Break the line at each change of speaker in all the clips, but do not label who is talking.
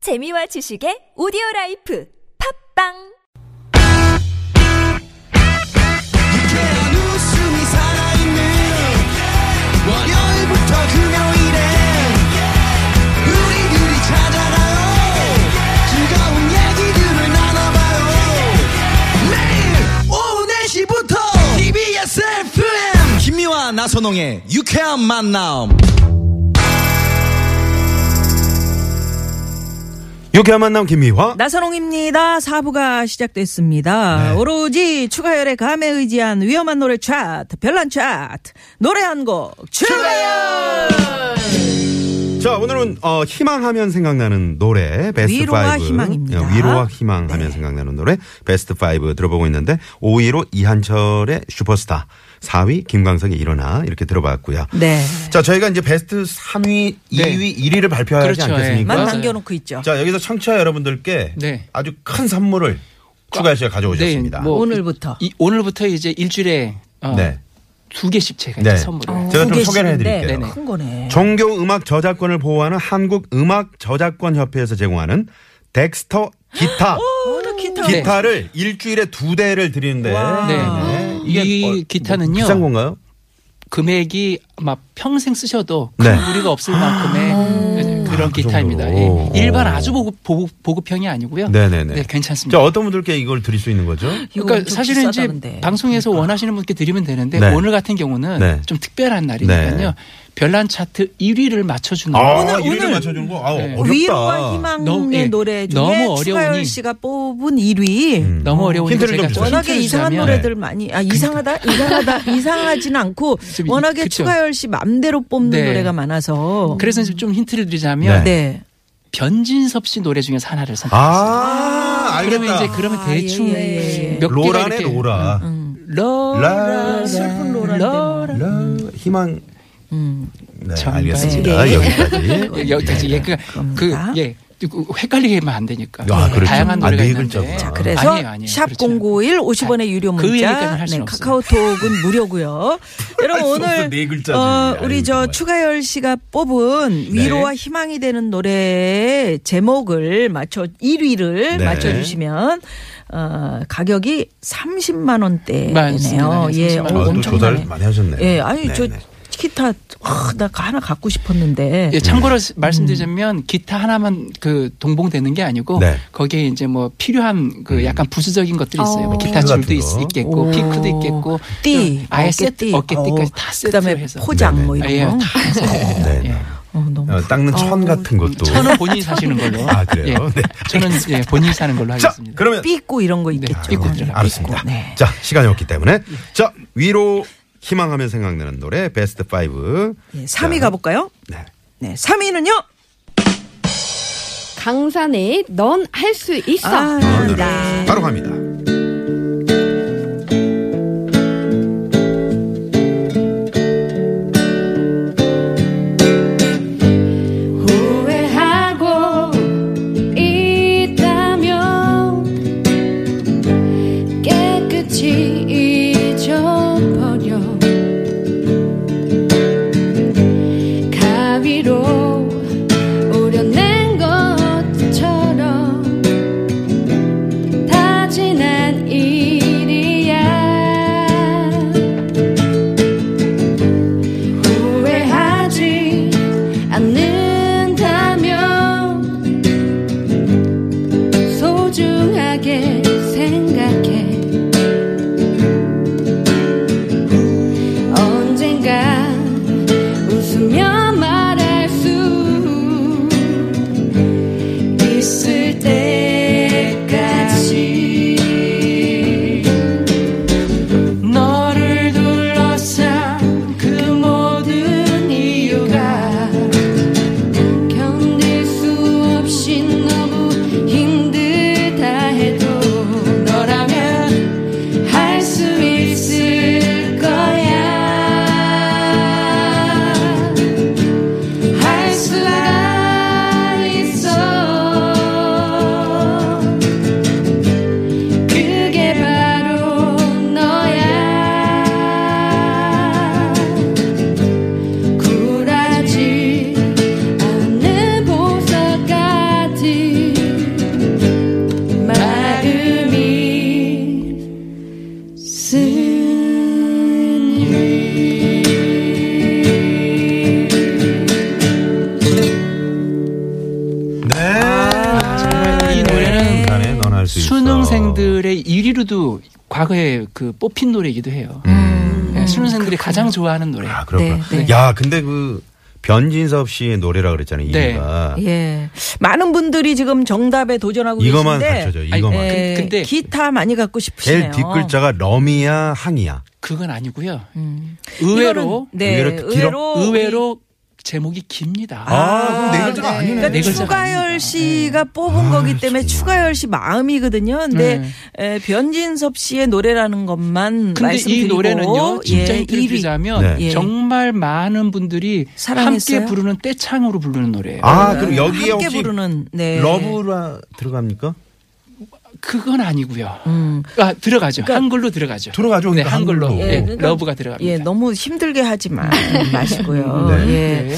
재미와 지식의 오디오 라이프 팝빵
유쾌한 웃음이 살아있는 월요일부터 금요일에 우리들이 찾아가요 즐거운 얘기들을 나눠봐요 매일 오후 4시부터 TBS FM 김미와 나선홍의 유쾌한 만남
유쾌한 만남 김미화.
나선홍입니다. 사부가 시작됐습니다.
네.
오로지 추가열의 감에 의지한 위험한 노래 차트, 별난 차트, 노래 한 곡 추가열!
자 오늘은 어, 희망하면 생각나는 노래 베스트
위로와
5.
희망입니다.
어, 위로와
네.
희망하면 생각나는 노래 베스트 5 들어보고 있는데 5위로 이한철의 슈퍼스타, 4위 김광석의 일어나 이렇게 들어봤고요.
네.
자 저희가 이제 베스트 3위, 2위, 1위를 발표하지
네. 그렇죠,
않겠습니까?
예.
만
맞아요.
남겨놓고 있죠.
자 여기서 청취자 여러분들께
네.
아주 큰 선물을 추가 씨가 가져오셨습니다.
네, 뭐
오늘부터.
이, 오늘부터 이제 일주일에 어,
네.
두 개씩 제가
네.
이제 아, 선물을
제가 좀
두 개씩인데
소개를 해드릴게요.
네네.
큰 거네.
예. 종교 음악 저작권을 보호하는 한국 음악 저작권 협회에서 제공하는 덱스터 기타
오, 나 기타.
네.
기타를 일주일에 두 대를 드리는데
와.
네.
네.
이게 이 기타는요.
비싼 건가요?
금액이 아마 평생 쓰셔도
네.
큰 무리가 없을 만큼의 그런
그
기타입니다.
정도로.
예. 일반
오.
아주 보급, 보급, 보급형이 아니고요.
네네네.
네,
자
괜찮습니다.
어떤 분들께 이걸 드릴 수 있는 거죠?
이거
그러니까
엄청
사실은 이제
비싸다는데. 그러니까.
방송에서 원하시는 분께 드리면 되는데
네.
오늘 같은 경우는
네.
좀 특별한 날이니까요.
네. 아.
별난 차트 1위를 맞춰주는
오늘 오늘 맞춰준 거 아우
아, 네.
어렵다.
위로와 희망의
너무, 예.
노래 중에
너무
추가열
어려우니.
씨가 뽑은 1위.
너무 어려우니까
힌트를 좀
제가
주세요.
워낙에 이상한
주자면 그러니까.
노래들 많이 아 이상하다 이상하다 이상하진 않고
좀 이-
워낙에
그쵸.
추가열 씨 맘대로 뽑는
네.
노래가 많아서
그래서 이제 좀 힌트를 드리자면
네.
변진섭 씨 노래 중에서 하나를 선택했어요.
아
그러면
알겠다.
이제 그러면
아,
대충
예, 예, 예.
몇 개가
로라네
이렇게 음,
로라.
로라
라,
슬픈 로라
로라
라, 희망. 네
정말.
알겠습니다.
예.
여기까지.
여기까지 예, 그, 그,
그런가?
예. 헷갈리게만 안 되니까.
아, 그렇죠.
다양한
아,
노래가
네
있는데.
글자구나. 자,
그래서
아니에요, 아니에요. 그렇죠.
샵
그렇지 않아요.
0951 50원의 유료
그
문자. 네,
얘기까지는 할순 없어요.
카카오톡은 무료고요. 여러분
할수 없어,
오늘
네 글자지.
어,
아이고,
우리 저
정말.
추가열 씨가
네.
뽑은 위로와 희망이 되는 노래의 제목을 맞춰 1위를
네.
맞춰 주시면 어, 가격이 30만 원대네요.
맞습니다. 네,
예.
30만
어,
원.
아, 또 조사를
엄청나네.
많이 하셨네요.
예. 아니
네,
저
네.
기타 아, 나 하나 갖고 싶었는데.
예, 참고로 말씀드리자면 기타 하나만 그 동봉되는 게 아니고
네.
거기에 이제 뭐 필요한 그 약간 부수적인 것들이 있어요. 뭐
필
기타
같은
줄도 있,
거.
있겠고
오.
피크도 있겠고
띠,
아예
어깨
세트
띠.
어깨띠까지 다
그다음에
세트를 해서
포장 뭐
아, 예,
이런 거.
다 해서
네, 네.
예.
어, 너무
어, 닦는 천 같은 것도.
저는 본인이 사시는 걸로.
아, 그래요?
예.
네.
저는 예, 본인이 사는 걸로
자,
하겠습니다.
그러면
삐고 이런 거 있겠죠.
네, 삐꾸 들어가요.
알았습니다.
삐꾸, 네.
자, 시간이 없기 때문에 자, 위로 희망하면 생각나는 노래 베스트 5.
예, 3위 가볼까요?
네.
네, 3위는요.
강산의 넌 할 수 있어.
아,
오늘
네,
바로 갑니다.
후회하고 있다면 깨끗이 잊어버려. 가위로 우려낸 것처럼 다 지난 일이야. 후회하지 않는다면 소중하게 생각해 언젠가 웃으며 말할 수 있을 때까지 너를 둘러싼 그 모든 이유가 견딜 수 없이 너무 힘들다 해도
정말 이 노래는
간에 네. 넌 할 수 있어.
수능생들의 1위로도 과거에 그 뽑힌 노래이기도 해요. 네, 수능생들이 가장 좋아하는 노래.
음. 아, 그렇구나.
네, 네.
야, 근데 그 변진섭 씨의 노래라 그랬잖아요.
네.
이유가.
예. 많은 분들이 지금 정답에 도전하고
이거만
계신데
갖춰져. 이거만.
아니,
예,
그- 근데-
기타 많이 갖고 싶으시네요.
제일 뒷글자가 럼이야, 항이야.
그건 아니고요. 의외로
음. 이거는- 네,
의외로 길어?
의외로
의외로 제목이 깁니다.
아, 그럼 네 글자가
네.
아니네.
그러니까
네 글자가
추가열
아닙니다.
씨가 뽑은 거기 때문에 추가열 씨 마음이거든요. 근데 에, 변진섭 씨의 노래라는 것만
네. 근데 이
말씀드리고
노래는요, 진짜
예,
힌트를
1위.
드리자면
네.
예.
정말 많은 분들이
사랑했어요?
함께 부르는 떼창으로 부르는 노래예요.
아, 그럼 여기에
네. 함께
혹시
부르는 네.
러브라 들어갑니까?
그건 아니고요.
음.
아, 들어가죠. 한글로 들어가죠.
들어가죠.
네,
그러니까
한글로.
한글로.
예,
예,
그러니까-
러브가 들어갑니다.
예, 너무 힘들게 하지 마, 마시고요.
네.
예.
네.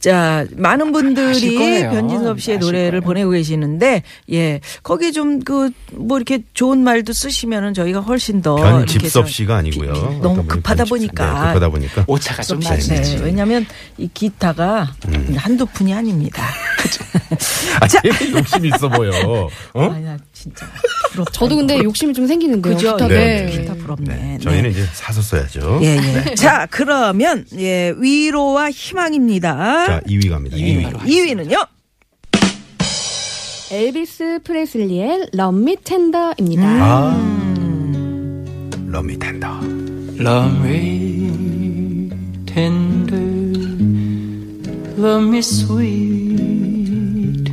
자, 많은
아실
분들이
거예요.
변진섭 씨의
아실
노래를
거예요.
보내고 계시는데, 예, 거기 좀 그 뭐 이렇게 좋은 말도 쓰시면은 저희가 훨씬 더 어, 이렇게 좀
변집섭 씨가 아니고요.
비- 비-
어떤
너무
분이
급하다
변집섭-
보니까.
네, 급하다 보니까.
오차가 좀 나지.
네, 왜냐하면 이 기타가
음.
한두 푼이 아닙니다.
아니, 욕심 있어 보여. 어?
아니야 진짜. 부럽다.
저도 근데 욕심이 좀 생기는데요.
그죠?
기타-
네.
기타 부럽네. 네.
저희는 네. 이제 사서 써야죠.
예, 예. 자, 그러면 예, 위로와 희망입니다.
자, 2위 갑니다. 2위.
2위는요?
엘비스 프레슬리의 Love Me Tender입니다.
아. 럼이 된다.
Love me tender, love me sweet,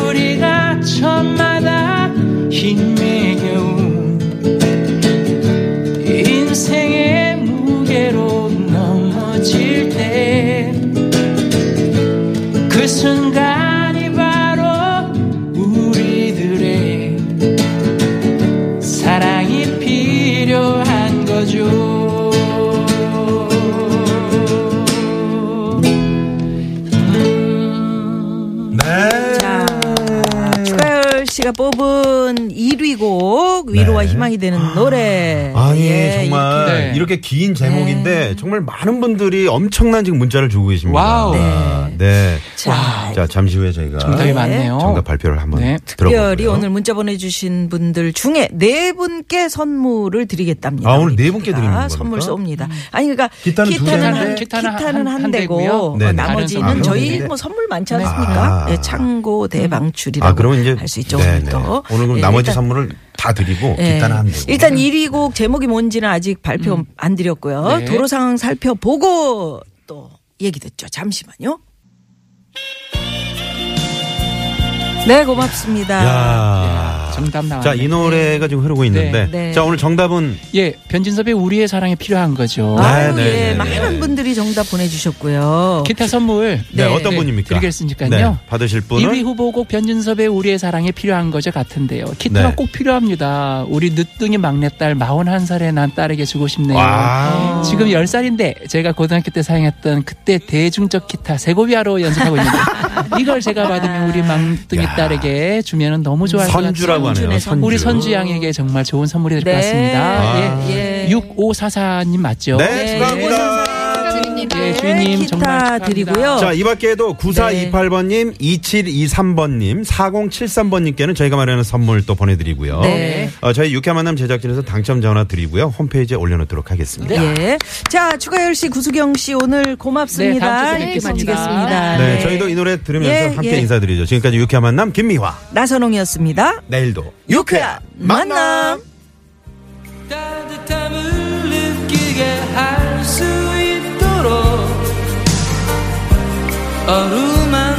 우리가 천마다 힘의 겨운 인생의 무게로 넘어질 때 그 순간이 바로 우리들의 사랑이 필요한 거죠. 음.
자,
음.
추가열 씨가 뽑은 1위 곡 위로와
네.
희망이 되는 노래.
아니
예,
정말
이렇게.
이렇게,
네.
긴 제목인데 정말 많은 분들이 엄청난 지금 문자를 주고 계십니다.
와우.
네.
자,
자 잠시 후에 저희가
정답이
아, 예. 정답
많네요.
발표를 한번
네.
들어볼게요.
특별히 오늘 문자 보내주신 분들 중에 네 분께 선물을 드리겠답니다.
아, 오늘
우리
네 분께
PD가
드리는 겁니까?
선물 쏩니다. 아니 그러니까
기타는 두
기타는
대인데?
한,
음. 기타는
기타는
한-
한
한 대고요.
대고
네, 네.
나머지는
다른
저희
선물인데.
뭐 선물 많지 않습니까?
아.
예, 창고 대방출이라고
아 그러면 이제
할 수 있죠
네네.
오늘 또.
오늘 그럼
예,
나머지
일단-
선물을 다 드리고
예.
일단 한 대고.
음.
일단 1위 곡 제목이 뭔지는 아직 발표 안 드렸고요.
네.
도로 상황 살펴보고 또 얘기 듣죠. 잠시만요. 네, 고맙습니다.
야.
정답 나왔네.
자 이 노래가 지금 흐르고 있는데
네.
네.
자 오늘 정답은
예, 변진섭의 우리의 사랑이 필요한 거죠.
아.
아유,
네,
예.
네, 네,
많은
네.
분들이 정답 보내주셨고요.
기타 선물
네, 어떤 분입니까?
드리겠으니까요.
네, 받으실 분은
1위 후보곡 변진섭의 우리의 사랑에 필요한 거죠 같은데요. 키트가
네.
꼭 필요합니다. 우리 늦둥이 막내딸 41살의 난 딸에게 주고 싶네요.
와.
지금 10살인데 제가 고등학교 때 사용했던 그때 대중적 기타 세고비아로 연습하고 있는데 이걸 제가 받으면 우리 막둥이
야.
딸에게 주면 너무 좋아할 것 같아요.
선주라고 하네요.
선주네,
선주.
우리 선주 양에게 정말 좋은 선물이 될 것 같습니다.
아.
예. 6544님 맞죠?
네,
네,
축하합니다.
예, 주인님
기타
정말 축하합니다.
드리고요.
자, 이 밖에도 9428번님, 2723번님, 4073번님께는 저희가 마련한 선물 또 보내드리고요.
네.
어, 저희 육회 만남 제작진에서 당첨 전화 드리고요. 홈페이지에 올려놓도록 하겠습니다.
예. 자, 추가열 씨, 구수경 씨 오늘
네,
고맙습니다.
다음 주에
이렇게
뵙겠습니다.
마치겠습니다.
네, 저희도 이 노래 들으면서
아, 예,
함께
예.
인사드리죠. 지금까지 육회 만남 김미화.
나선홍이었습니다.
내일도
유쾌한 만남.
따뜻함을 느끼게 할 수 있도록 어루만